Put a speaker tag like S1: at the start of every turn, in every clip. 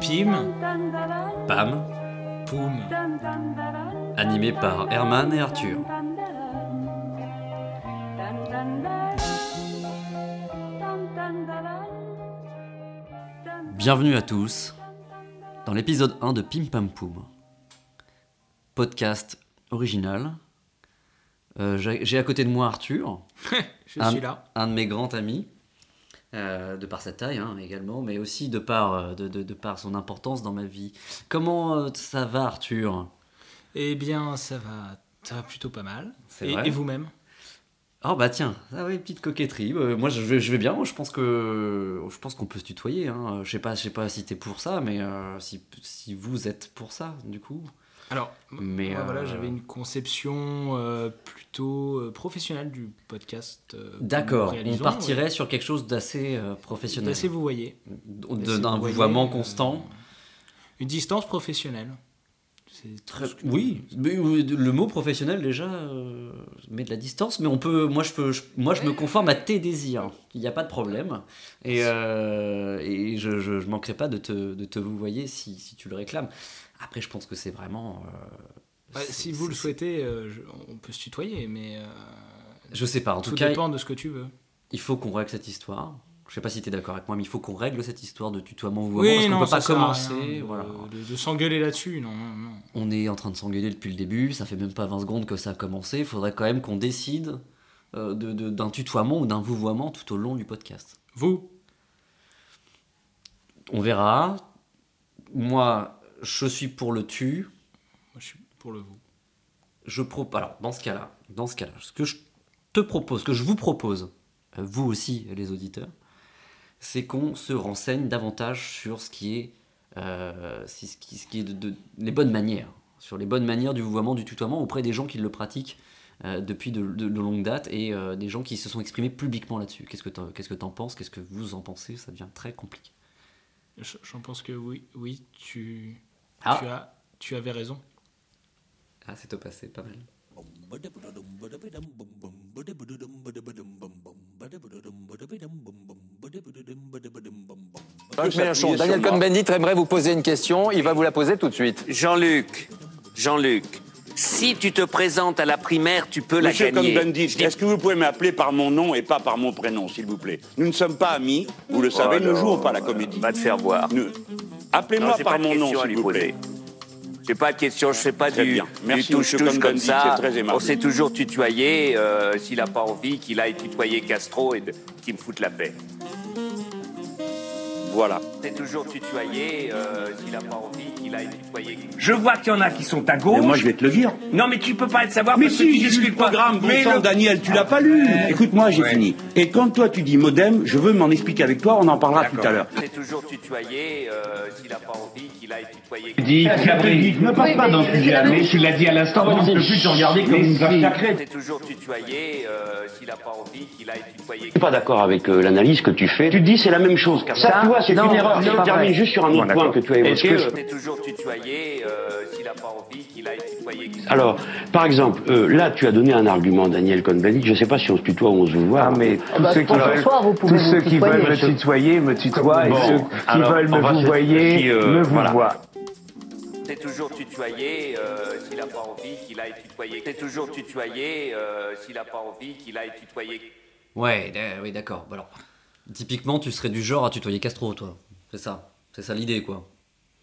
S1: Pim,
S2: Pam,
S1: Poum,
S2: animé par Herman et Arthur. Bienvenue à tous dans l'épisode 1 de Pim Pam Poum. Podcast original. Euh, J'ai j'ai à côté de moi Arthur,
S1: je
S2: Ah.
S1: suis là.
S2: un de mes grands amis, euh, de par sa taille hein, également, mais aussi de par, euh, de, de- de par son importance dans ma vie. Comment euh, ça va Arthur
S1: Eh bien, ça va, ça va plutôt pas mal.
S2: C'est
S1: Et,
S2: vrai
S1: et vous-même
S2: Oh bah tiens, ah oui, petite coquetterie. Euh, moi je vais, je vais bien, je pense que je pense qu'on peut se tutoyer. Hein. Je sais pas, je sais pas si t'es pour ça, mais euh, si, si vous êtes pour ça, du coup.
S1: Alors, m-
S2: Mais
S1: moi,
S2: euh,
S1: voilà, j'avais une conception euh, plutôt euh, professionnelle du podcast. euh, que nous
S2: D'accord. On
S1: réalisons,
S2: partirait sur quelque chose d'assez euh,
S1: ouais.
S2: professionnel,
S1: Assez vous voyez.
S2: D-
S1: Assez
S2: d'un
S1: vous voyez,
S2: vouvoiement
S1: euh,
S2: constant.
S1: Une distance professionnelle. C'est tout
S2: Très-
S1: ce que-
S2: oui, mais, oui, le mot professionnel déjà euh, met de la distance, mais on peut, moi je peux, je- moi je me conforme à tes désirs. Il n'y a pas de problème, et, euh, et je, je, je manquerai pas de te, de te vous voyez si, si tu le réclames. Après, je pense que c'est vraiment. euh,
S1: Ouais,
S2: c'est-
S1: si vous le
S2: c'est-
S1: souhaitez, euh, je- on peut se tutoyer, mais euh,
S2: je sais pas. En
S1: tout
S2: tout cas,
S1: dépend de ce que tu veux.
S2: il faut qu'on règle cette histoire. Je sais pas si tu es d'accord avec moi, mais il faut qu'on règle cette histoire de tutoiement ou
S1: Oui,
S2: parce qu'on
S1: non,
S2: peut
S1: ça
S2: pas
S1: sert à
S2: commencer.
S1: rien Euh, de-
S2: voilà.
S1: de, de s'engueuler là-dessus, non, non, non.
S2: On est en train de s'engueuler depuis le début, ça fait même pas 20 secondes que ça a commencé, il faudrait quand même qu'on décide euh, de- de- d'un tutoiement ou d'un vouvoiement tout au long du podcast.
S1: Vous
S2: On verra. Moi, je suis pour le tu.
S1: Moi, je suis pour le vous.
S2: Je propose. Alors, dans ce cas-là, dans ce cas-là, ce que je te propose, ce que je vous propose, euh, vous aussi, les auditeurs, c'est qu'on se renseigne davantage sur ce qui est, euh, si- ce qui, ce qui est de, de- les bonnes manières, sur les bonnes manières du vouvoiement, du tutoiement auprès des gens qui le pratiquent euh, depuis de, de- de longues dates et euh, des gens qui se sont exprimés publiquement là-dessus. Qu'est-ce que t'en qu'est-ce que t'en penses Qu'est-ce que vous en pensez Ça devient très compliqué.
S1: Je- J'en pense que oui, oui, tu,
S2: Ah.
S1: tu, as, tu avais raison.
S2: Ah, c'est au passé, pas mal.
S3: Jean-Luc Mélenchon, Daniel Cohn-Bendit aimerait vous poser une question. Il va vous la poser tout de suite.
S4: Jean-Luc, Jean-Luc, si tu te présentes à la primaire, tu peux
S5: Monsieur
S4: la gagner.
S5: Cohn-Bendit,
S4: Je dis-
S5: est-ce que vous pouvez m'appeler par mon nom et pas par mon prénom, s'il vous plaît Nous ne sommes pas amis, vous
S4: Oh
S5: le savez, nous ne jouons pas à la comédie.
S4: Va te faire voir.
S5: Nous-
S4: Non,
S5: Appelez-moi
S4: j'ai
S5: par
S4: pas de
S5: mon nom,
S4: question à
S5: s'il
S4: lui
S5: vous
S4: poser.
S5: plaît.
S4: J'ai pas de question, je sais pas
S5: Très
S4: du,
S5: bien.
S4: du
S5: Merci, monsieur
S4: touche-touche comme
S5: Cohn-Bendit,
S4: ça.
S5: c'est très aimable.
S4: On s'est toujours tutoyé. euh, S'il a pas envie, qu'il aille tutoyer Castro et de- qu'il me foute la paix.
S5: Voilà.
S4: On s'est toujours tutoyé. euh, S'il a pas envie, qu'il aille tutoyer.
S6: Je vois qu'il y en a qui sont à gauche.
S5: Mais moi, je vais te le dire.
S6: Non, mais tu peux pas être savoir.
S5: Mais
S6: parce que
S5: si,
S6: tu
S5: j'ai lu le
S6: discutes pas.
S5: programme, bon
S6: Mais
S5: sang,
S6: le-
S5: Daniel, tu l'as pas lu. Écoute-moi, j'ai fini. Et quand toi tu dis modem, je veux m'en expliquer avec toi, on en parlera tout à l'heure.
S4: On s'est toujours tutoyé. euh, S'il a pas envie, qu'il aille tutoyer.
S7: dit Cabri, ne passe pas d'un sujet à l'autre, tu l'as dit à l'instant, on ne peut plus te regarder comme une vache sacrée.
S4: On s'est toujours tutoyé. euh, S'il a pas envie, qu'il aille tutoyer.
S8: suis pas d'accord avec euh, l'analyse que tu fais. Tu te dis c'est la même chose. Car ça, tu vois, c'est une erreur. Je termine juste sur un autre point que tu as évoqué. euh,
S4: On est toujours tutoyé, euh, s'il n'a pas envie qu'il aille tutoyer.
S8: Alors, par exemple, euh, là, tu as donné un argument, Daniel Cohn-Bendit. Je ne sais pas si on se tutoie ou on se voit. mais
S9: Ah, Tous ceux qui veulent, tous ceux qui veulent me tutoyer me tutoient et ceux qui veulent me vous voyez
S8: euh,
S9: me vous voient.
S4: C'est toujours tutoyé, euh, s'il n'a pas envie qu'il aille tutoyer. C'est toujours tutoyé, euh, s'il n'a pas envie qu'il aille tutoyer.
S2: Ouais, d'a- oui, d'accord. Bon, Alors, typiquement, tu serais du genre à tutoyer Castro, toi. C'est ça. C'est ça l'idée, quoi.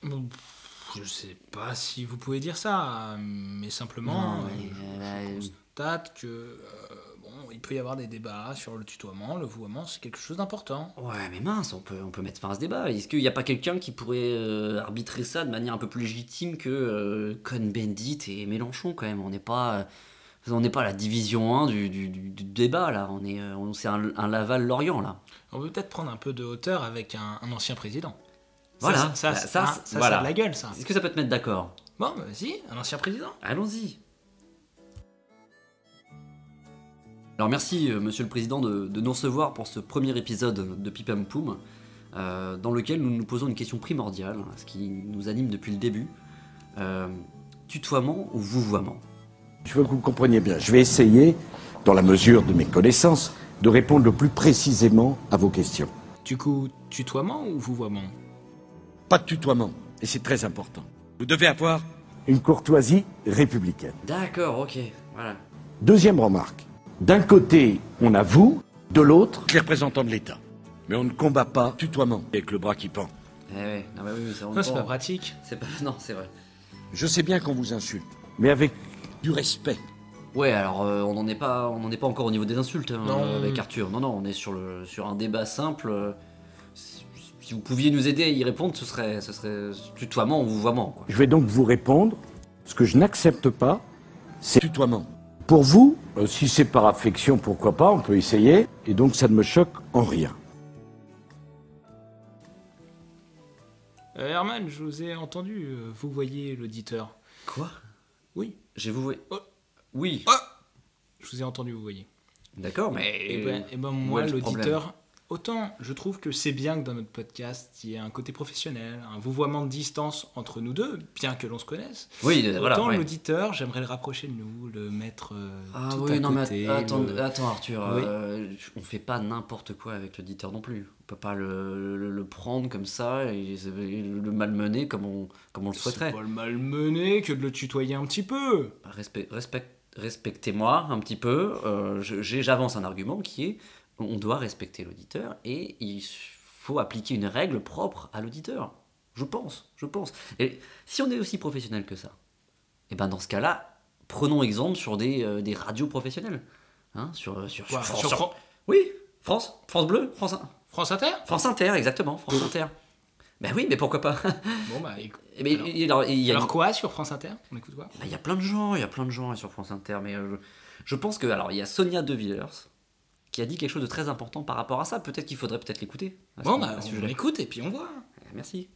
S1: Bon, pff, Je sais pas si vous pouvez dire ça, mais simplement, euh, je- je constate que euh, bon, il peut y avoir des débats sur le tutoiement, le vouement, c'est quelque chose d'important.
S2: Ouais, mais mince, on peut, on peut mettre fin à ce débat. Est-ce qu'il n'y a pas quelqu'un qui pourrait euh, arbitrer ça de manière un peu plus légitime que euh, Cohn-Bendit et Mélenchon, quand même On n'est pas, euh, on n'est pas à la division 1 du, du- du- du débat, là. On est, euh, on- c'est un, un Laval-Lorient, là.
S1: On peut peut-être prendre un peu de hauteur avec un, un ancien président. Ça,
S2: Voilà,
S1: ça, ça,
S2: bah,
S1: ça,
S2: ça,
S1: ça, ça
S2: voilà.
S1: a de la gueule, ça.
S2: Est-ce que ça peut te mettre d'accord
S1: Bon, bah, si, un ancien président.
S2: Allons-y. Alors merci euh, Monsieur le Président de, de nous recevoir pour ce premier épisode de Pipam Poum, euh, dans lequel nous nous posons une question primordiale, ce qui nous anime depuis le début. Euh, tutoiement ou vouvoiement
S10: Je veux que vous me compreniez bien. Je vais essayer, dans la mesure de mes connaissances, de répondre le plus précisément à vos questions.
S1: Du coup, tutoiement ou vouvoiement
S10: Pas de tutoiement, et c'est très important. Vous devez avoir une courtoisie républicaine.
S2: D'accord, ok. Voilà.
S10: Deuxième remarque. D'un côté, on a vous, de l'autre, les représentants de l'État. Mais on ne combat pas tutoiement avec le bras qui pend.
S2: Eh ouais, non, mais oui, oui, ça rentre
S1: Non, c'est
S2: pas.
S1: pas pratique.
S2: C'est pas... Non, c'est vrai.
S10: Je sais bien qu'on vous insulte, mais avec du respect.
S2: Ouais, alors euh, on n'en est pas, on n'en est pas encore au niveau des insultes hein,
S1: Non.
S2: euh, avec Arthur. Non, non, on est sur le, sur un débat simple. euh, si- Si vous pouviez nous aider à y répondre, ce serait, ce serait tutoiement ou vouvoiement. Quoi.
S10: Je vais donc vous répondre. Ce que je n'accepte pas, c'est tutoiement. Pour vous, euh, si c'est par affection, pourquoi pas, on peut essayer. Et donc ça ne me choque en rien.
S1: Euh, Herman, je vous ai entendu, euh, vous voyez l'auditeur.
S2: Quoi
S1: Oui.
S2: J'ai vouvoyé.
S1: Oh.
S2: Oui.
S1: Je vous ai entendu, vous voyez.
S2: D'accord, mais.
S1: Et, ben, eh ben,
S2: où
S1: moi,
S2: est le
S1: l'auditeur, autant je trouve que c'est bien que dans notre podcast, il y ait un côté professionnel, un vouvoiement de distance entre nous deux, bien que l'on se connaisse.
S2: Oui, euh, voilà.
S1: autant
S2: ouais.
S1: l'auditeur, j'aimerais le rapprocher de nous, le mettre euh,
S2: Ah
S1: tout
S2: oui,
S1: à
S2: non, mais
S1: côté,
S2: att- attends,
S1: le-
S2: attends, Arthur,
S1: Oui.
S2: euh, on fait pas n'importe quoi avec l'auditeur non plus. On peut pas le, le- le prendre comme ça et le malmener comme on, comme on le
S1: C'est
S2: souhaiterait.
S1: pas le malmener que de le tutoyer un petit peu.
S2: Respe- respect- Respectez-moi un petit peu. euh, je- j'ai- J'avance un argument qui est on doit respecter l'auditeur et il faut appliquer une règle propre à l'auditeur. Je pense, je pense. Et si on est aussi professionnel que ça, et ben dans ce cas-là, prenons exemple sur des, euh, des radios professionnelles. Hein, sur, sur, sur
S1: Quoi,
S2: France-
S1: sur
S2: sur-
S1: Fran-
S2: Oui, France, France Bleu, France, In-
S1: France Inter
S2: France Inter, exactement, France Inter. Ben oui, mais pourquoi pas
S1: Bon, bah, écoute.
S2: Eh ben,
S1: Alors-
S2: il- alors, il y a
S1: alors
S2: une-
S1: quoi sur France Inter On écoute quoi
S2: bah, Il y a plein de gens, il y a plein de gens sur France Inter, mais euh, je, je pense que alors il y a Sonia De Villers qui a dit quelque chose de très important par rapport à ça. Peut-être qu'il faudrait peut-être l'écouter. à ce-
S1: Bon,
S2: à
S1: bah,
S2: ce
S1: on
S2: sujet-là.
S1: l'écoute et puis on voit.
S2: Merci.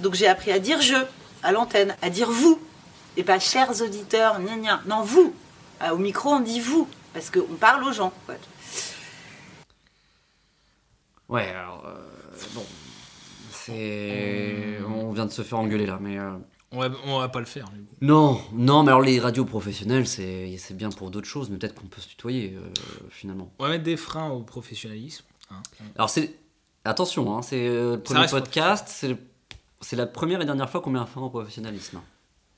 S11: Donc j'ai appris à dire je à l'antenne, à dire vous, et pas chers auditeurs, gna gna. Non, vous. Ah, Au micro, on dit vous, parce qu'on parle aux gens. quoi.
S2: Ouais, alors euh, bon, c'est on vient de se faire engueuler là, mais euh,
S1: On va, on va pas le faire, du coup.
S2: non, non, mais alors les radios professionnelles, c'est c'est bien pour d'autres choses, mais peut-être qu'on peut se tutoyer euh, finalement.
S1: On va mettre des freins au professionnalisme. hein.
S2: Alors c'est attention, hein, c'est euh, le premier
S1: reste
S2: podcast, c'est le- c'est la première et dernière fois qu'on met un frein au professionnalisme.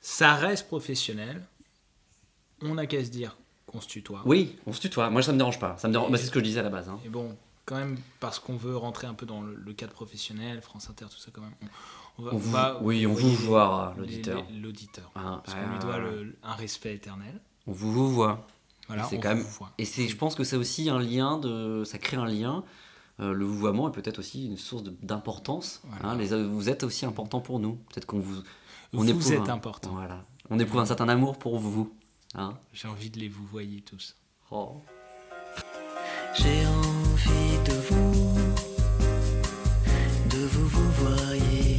S1: Ça reste professionnel. On a qu'à se dire qu'on se tutoie.
S2: Oui, on se tutoie. Moi, ça me dérange pas. Ça me dérange. bah, c'est ce que je disais à la base. hein.
S1: Et bon, quand même, parce qu'on veut rentrer un peu dans le, le cadre professionnel, France Inter, tout ça, quand même. On, va,
S2: On vous-
S1: va-
S2: oui, on vous
S1: voyez
S2: voit,
S1: les-
S2: l'auditeur.
S1: les- L'auditeur.
S2: Ah,
S1: Parce
S2: ah,
S1: qu'on lui doit
S2: ah,
S1: le- un respect éternel.
S2: On vous, vous voit.
S1: Voilà,
S2: Et c'est
S1: on
S2: quand même-
S1: vous voit.
S2: Et c'est, je pense que c'est aussi un lien de, ça crée un lien. Euh, le vouvoiement est peut-être aussi une source de- d'importance.
S1: Voilà.
S2: hein. Les- vous êtes aussi important pour nous. Peut-être qu'on vous, on
S1: Vous
S2: éprouve
S1: êtes
S2: un-
S1: important.
S2: Voilà. On éprouve un certain amour pour vous. hein.
S1: J'ai envie de les vous voyez tous.
S2: Oh.
S11: J'ai envie de vous, de vous vous voyez.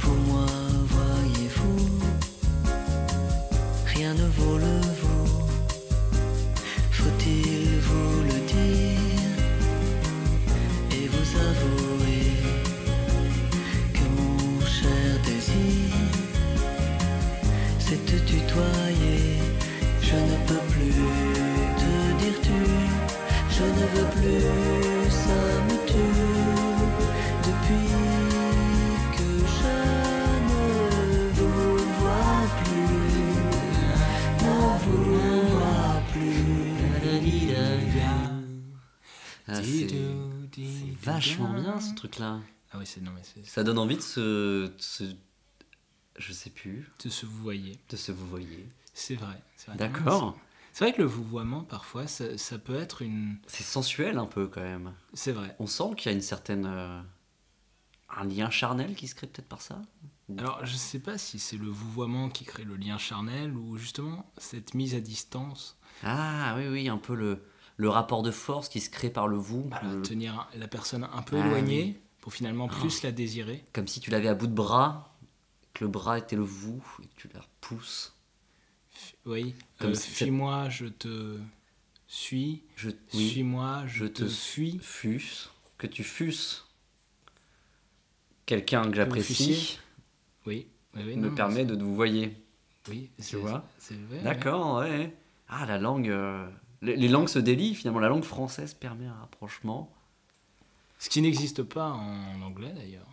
S11: Pour moi, voyez-vous, rien ne vaut le vous. Faut-il vous le dire et vous avouer que mon cher désir, c'est te tutoyer. Je ne peux plus te dire tu, je ne veux plus, ça me tue. Depuis que je ne vous vois plus, ne vous vois plus.
S2: Ah, c'est, c'est vachement bien ce truc-là.
S1: Ah oui, c'est non mais c'est
S2: Ça donne envie de se, de se- je sais plus,
S1: de se vous voyez.
S2: de se vous voyez.
S1: C'est vrai. c'est vrai.
S2: D'accord.
S1: C'est vrai que le vouvoiement parfois ça, ça peut être une
S2: C'est sensuel un peu quand même.
S1: c'est vrai.
S2: On sent qu'il y a une certaine. euh, un lien charnel qui se crée peut-être par ça
S1: Alors, je sais pas si c'est le vouvoiement qui crée le lien charnel ou justement cette mise à distance,
S2: Ah oui, oui, un peu le, le rapport de force qui se crée par le vous.
S1: Voilà,
S2: le-
S1: tenir la personne un peu
S2: Euh. Ah,
S1: éloignée
S2: oui. Ah.
S1: pour finalement plus la désirer.
S2: Comme si tu l'avais à bout de bras, que le bras était le vous, et que tu la repousses.
S1: F- Oui,
S2: Comme
S1: euh,
S2: si ça-
S1: fuis-moi, je te suis,
S2: Je, oui,
S1: suis-moi, je,
S2: je
S1: te
S2: te
S1: fuis.
S2: fusse, que tu fusses quelqu'un que
S1: vous fussiez.
S2: j'apprécie
S1: Oui, oui, oui, non,
S2: me
S1: non,
S2: permet de vous voyer.
S1: c'est- Oui, c'est-
S2: vois
S1: c'est vrai,
S2: D'accord, ouais. Ah, la langue. euh, Les, les langues se délient finalement. La langue française permet un rapprochement.
S1: Ce qui n'existe pas en anglais d'ailleurs.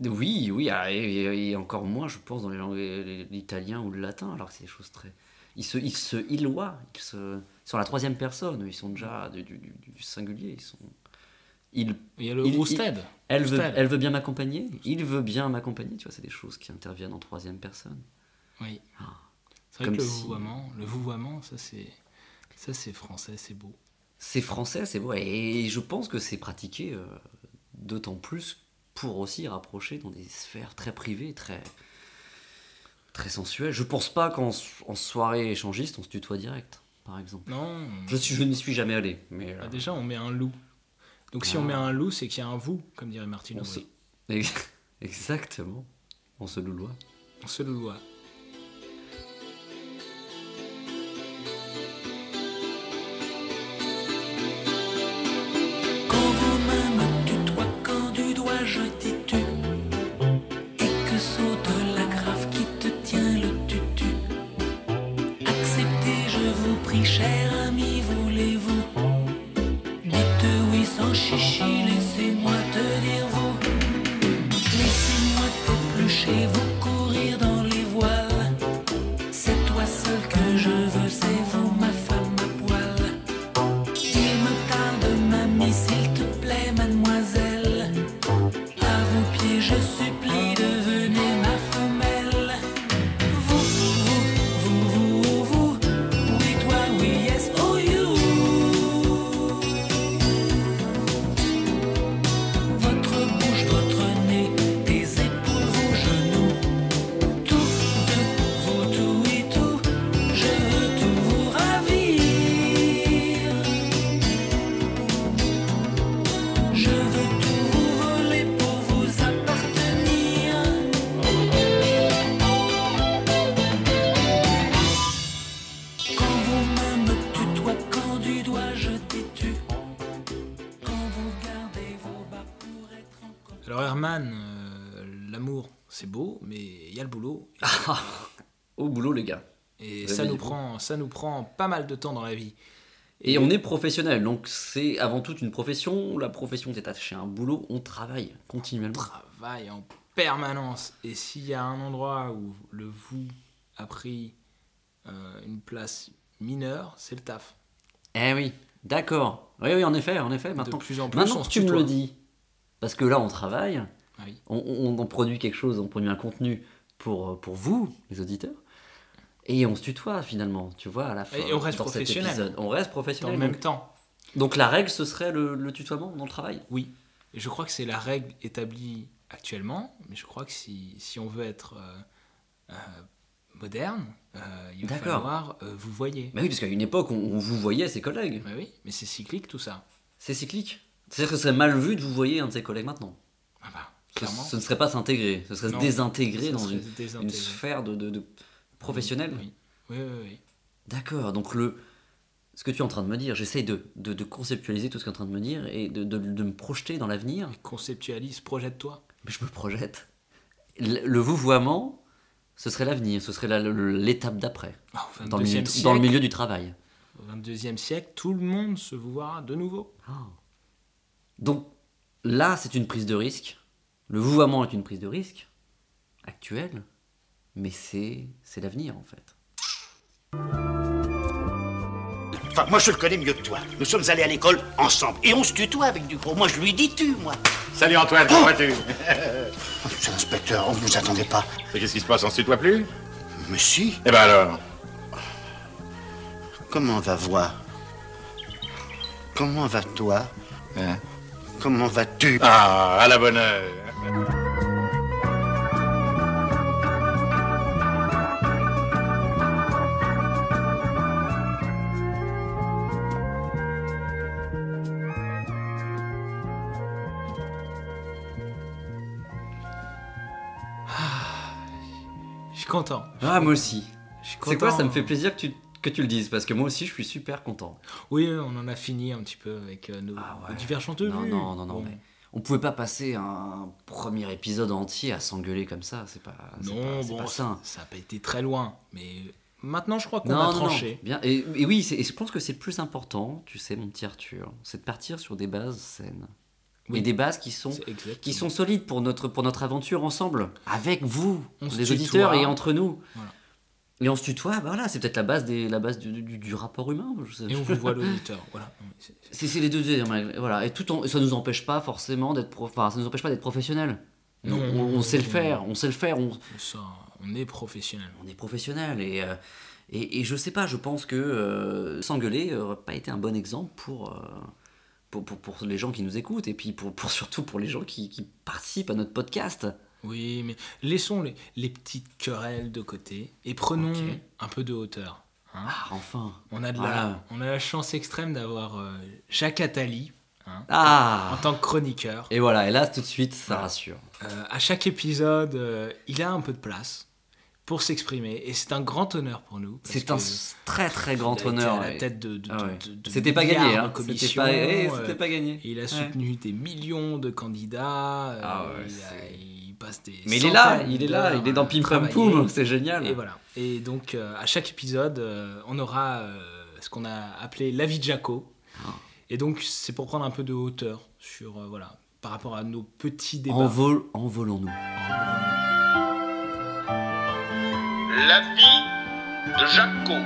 S2: Oui, oui, ah, et, et- et encore moins, je pense, dans les langues, les- l'italien ou le latin, alors que c'est des choses très. Ils se, ils se illoient, ils se... ils sont à la troisième personne, ils sont déjà du, du- du- du singulier, ils sont. Il,
S1: Il y a le ousted.
S2: elle, veut,
S1: Ousted.
S2: elle veut bien m'accompagner, il veut bien m'accompagner, tu vois, c'est des choses qui interviennent en troisième personne.
S1: Oui. C'est vrai
S2: Comme
S1: que le
S2: si-
S1: vouvoiement, le vouvoiement, ça c'est, ça c'est français, c'est beau.
S2: C'est français, c'est beau, et je pense que c'est pratiqué euh, d'autant plus pour aussi rapprocher dans des sphères très privées, très, très sensuelles. Je pense pas qu'en en soirée échangiste, on se tutoie direct, par exemple.
S1: Non.
S2: Je, suis, je n'y suis jamais allé, mais euh,
S1: Ah, déjà, on met un loup. Donc si
S2: Ah.
S1: on met un loup, c'est qu'il y a un vous, comme dirait Martine
S2: on se...
S1: Aubry.
S2: Exactement, on se louloie.
S1: On se louloie.
S12: Quand du doigt je dis-tu Et que saute la grave qui te tient le tutu Acceptez, je vous prie, cher ami, voulez-vous Dites oui sans chichi, laissez-moi te dire vous Laissez-moi t'éplucher, vous courir dans les voiles C'est toi seul que je veux, c'est vous ma femme à poil Il me tarde, mamie, s'il te plaît, mademoiselle à vos pieds je supplie devenez ma femelle Vous, vous, vous, vous, vous Oui toi, oui yes, oh you Votre bouche, votre nez, des épaules, vos genoux Tout de vous, tout et tout Je veux tout vous ravir Je veux tout vous voler pour vous appartenir Quand vous me me tutoie, quand du doigt je t'étue Quand vous gardez vos bas pour être
S1: Alors Herman, euh, l'amour, c'est beau, mais il y a le boulot.
S2: Au boulot, les gars.
S1: Et
S2: Le
S1: ça nous
S2: boulot.
S1: prend, ça nous prend pas mal de temps dans la vie.
S2: Et on est professionnel, donc c'est avant tout une profession. La profession est attachée à un boulot, on travaille continuellement.
S1: travaille en permanence. Et s'il y a un endroit où le vous a pris euh, une place mineure, c'est le taf.
S2: Eh oui, d'accord. Oui, oui, en effet, en effet. Maintenant,
S1: plus en plus,
S2: maintenant
S1: on
S2: que
S1: se
S2: tu me
S1: tutoie.
S2: le dis, parce que là, on travaille,
S1: Ah oui.
S2: on, on- on en produit quelque chose, on produit un contenu pour, euh, pour vous, les auditeurs, et on se tutoie finalement, tu vois, à la fin.
S1: Et on reste
S2: dans cet
S1: professionnel.
S2: épisode. On reste professionnel.
S1: Dans le même
S2: donc-
S1: temps.
S2: Donc la règle, ce serait le, le tutoiement dans le travail
S1: Oui. Et je crois que c'est la règle établie actuellement, mais je crois que si, si on veut être euh, euh, moderne, euh, il va
S2: D'accord.
S1: falloir euh, vous voyez.
S2: Bah oui, parce qu'à une époque, on, on vous voyait ses collègues.
S1: Bah oui, mais c'est cyclique tout ça.
S2: C'est cyclique. C'est-à-dire que ce serait mal vu de vous voyer un de ses collègues maintenant.
S1: Ah bah,
S2: Ce-
S1: clairement.
S2: Ce ne serait pas s'intégrer, ce serait
S1: Non,
S2: se désintégrer
S1: ce
S2: dans
S1: serait
S2: une,
S1: se
S2: une
S1: désintégrer.
S2: sphère de, de, de professionnelle.
S1: Oui, oui, oui.
S2: D'accord, donc le, ce que tu es en train de me dire, j'essaye de, de, de conceptualiser tout ce que tu es en train de me dire et de, de, de me projeter dans l'avenir.
S1: Conceptualise, projette-toi.
S2: Mais je me projette. Le, le vouvoiement, ce serait l'avenir, ce serait la- le- l'étape d'après.
S1: Ah, au
S2: dans, le milieu,
S1: 22e
S2: dans le
S1: siècle.
S2: milieu du travail.
S1: Au 22e siècle, tout le monde se vouvoiera de nouveau.
S2: Donc là, c'est une prise de risque. Le vouvoiement est une prise de risque actuelle, mais c'est c'est l'avenir en fait.
S13: Enfin, moi je le connais mieux que toi. Nous sommes allés à l'école ensemble et on se tutoie avec Ducrot. Moi je lui dis tu, moi.
S14: Salut Antoine, comment vas-tu
S13: Monsieur l'inspecteur, on ne vous attendait pas.
S14: Et Qu'est-ce qui se passe, on se tutoie plus
S13: Mais si.
S14: Eh ben alors
S13: Comment va voir Comment va toi
S14: Hein
S13: Comment vas-tu
S14: Ah, à la bonne heure
S1: Je suis content.
S2: Ah, moi aussi. C'est quoi
S1: content.
S2: Ça me fait plaisir que tu, que tu le dises, parce que moi aussi, je suis super content.
S1: Oui, on en a fini un petit peu avec euh, nos, nos divergences de
S2: Ah non,
S1: vues.
S2: non, non, non,
S1: Bon.
S2: mais on pouvait pas passer un premier épisode entier à s'engueuler comme ça, c'est pas, Bah, c'est
S1: Non,
S2: pas, c'est
S1: bon,
S2: pas sain.
S1: ça n'a pas été très loin, mais maintenant je crois qu'on
S2: Non,
S1: a
S2: non,
S1: tranché.
S2: non, Bien. Et, et oui, c'est- et je pense que c'est le plus important, tu sais, mon petit Arthur, c'est de partir sur des bases saines. et des bases qui sont, qui sont solides pour notre, pour notre aventure ensemble, avec vous,
S1: On se
S2: les auditeurs,
S1: tutoie.
S2: et entre nous.
S1: Voilà.
S2: Et on se tutoie, bah voilà, c'est peut-être la base, des, la base du, du- du rapport humain. je sais.
S1: Et on vous voit l'auditeur. Voilà.
S2: C'est c'est les deux deuxièmes règles, Voilà. Et tout en- ça nous empêche pas forcément d'être prof... enfin, ça nous empêche pas d'être professionnel.
S1: Non.
S2: on, on sait le
S1: Mmh.
S2: faire, on sait le faire, on,
S1: Ça, on est professionnel.
S2: on est professionnel. Et, euh, et, et je sais pas, je pense que euh, s'engueuler aurait pas été un bon exemple pour, euh, pour, pour, pour les gens qui nous écoutent et puis pour, pour surtout pour les gens qui, qui participent à notre podcast.
S1: Oui, mais laissons les, les petites querelles de côté et prenons
S2: Ok.
S1: un peu de hauteur. hein.
S2: Ah, Enfin.
S1: On a, de la,
S2: Voilà.
S1: on a la chance extrême d'avoir euh, Jacques Attali hein,
S2: Ah.
S1: en tant que chroniqueur.
S2: Et voilà, et là tout de suite, ça rassure.
S1: Euh, à chaque épisode, euh, il a un peu de place pour s'exprimer et c'est un grand honneur pour nous. parce
S2: C'est un
S1: que
S2: s- très, très grand
S1: il a été
S2: honneur,
S1: à la
S2: ouais.
S1: tête de, de-
S2: Ah
S1: de-
S2: ouais.
S1: de- de
S2: C'était pas
S1: milliards
S2: gagné,
S1: de
S2: hein. C'était
S1: commissions,
S2: pas- eh,
S1: euh,
S2: c'était pas gagné.
S1: Il a
S2: Ouais.
S1: soutenu des millions de candidats. euh,
S2: Ah ouais,
S1: il a-
S2: c'est-
S1: il passe des
S2: Mais il est là,
S1: centaines
S2: il est là,
S1: d'heures
S2: il est dans
S1: à
S2: Pim Pam
S1: travailler.
S2: Poum, c'est génial.
S1: Et voilà. Et donc, euh, à chaque épisode, euh, on aura euh, ce qu'on a appelé l'avis de Jaco.
S2: Ah.
S1: Et donc, c'est pour prendre un peu de hauteur sur, euh, voilà, par rapport à nos petits débats.
S2: Envol- Envolons-nous.
S7: La vie de Jaco.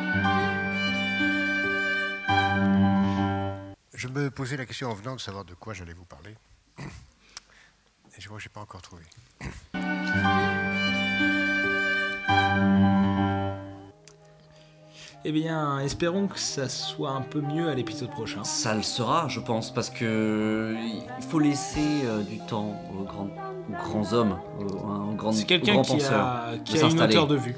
S15: Je me posais la question en venant de savoir de quoi j'allais vous parler. Et je crois que je n'ai pas encore trouvé.
S1: Eh bien, espérons que ça soit un peu mieux à l'épisode prochain.
S2: Ça le sera, je pense, parce que il faut laisser euh, du temps aux grands, aux grands hommes, aux, hein, aux grandes-
S1: C'est quelqu'un
S2: aux grands
S1: qui a-
S2: penseurs
S1: qui
S2: de
S1: a une
S2: s'installer.
S1: hauteur de vue.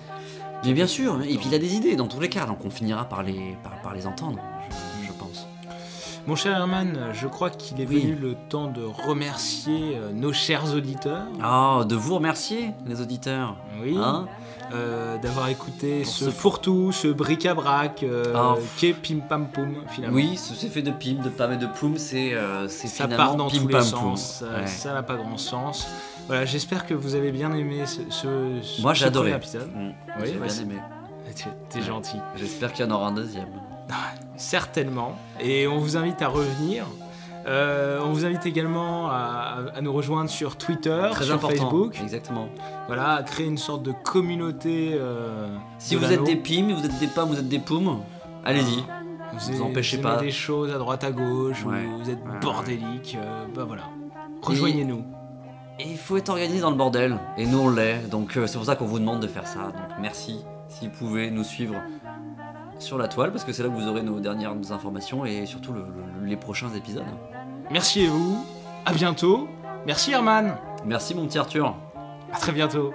S2: Mais bien sûr, et puis il a des idées dans tous les cas, donc on finira par les, par, par les entendre, je, je pense.
S1: Mon cher Herman, je crois qu'il est
S2: Oui.
S1: venu le temps de remercier euh, nos chers auditeurs.
S2: Ah, de vous remercier, les auditeurs.
S1: Oui.
S2: Hein
S1: euh, d'avoir écouté
S2: Pour
S1: ce,
S2: ce-
S1: fourre-tout, ce bric-à-brac, euh,
S2: Ah.
S1: qui est pim pam poum finalement.
S2: Oui, ce- c'est fait de pim, de pam et de poum, c'est euh, c'est
S1: ça
S2: finalement
S1: part dans
S2: pim
S1: tous les
S2: pam
S1: sens,
S2: poum.
S1: euh,
S2: Ouais.
S1: ça n'a pas grand sens. Voilà, j'espère que vous avez bien aimé ce, ce, ce-
S2: Moi
S1: ce
S2: j'ai adoré.
S1: premier épisode.
S2: Mm.
S1: Oui,
S2: j'ai
S1: bah,
S2: bien
S1: c'est-
S2: aimé.
S1: T'es, t'es gentil.
S2: J'espère qu'il y en aura un deuxième.
S1: Certainement. Et on vous invite à revenir. Euh, on vous invite également à, à nous rejoindre sur Twitter,
S2: Très
S1: sur
S2: important.
S1: Facebook.
S2: Exactement.
S1: Voilà, à créer une sorte de communauté. euh,
S2: Si
S1: de
S2: vous êtes
S1: l'anneau. Ah.
S2: des pimes, vous êtes des pams, vous êtes des poums, allez-y.
S1: Vous,
S2: Vous
S1: aimez-
S2: empêchez
S1: vous
S2: pas.
S1: aimez des choses à droite à gauche,
S2: Ouais.
S1: ou vous êtes
S2: Ouais.
S1: bordélique, euh, bah voilà. Rejoignez-nous.
S2: Et il faut être organisé dans le bordel. Et nous, on l'est. Donc, euh, c'est pour ça qu'on vous demande de faire ça. Donc, merci si vous pouvez nous suivre sur la toile, parce que c'est là que vous aurez nos dernières informations et surtout le- le- les prochains épisodes.
S1: Merci et vous. À bientôt. Merci Herman.
S2: Merci, mon petit Arthur.
S1: À très bientôt.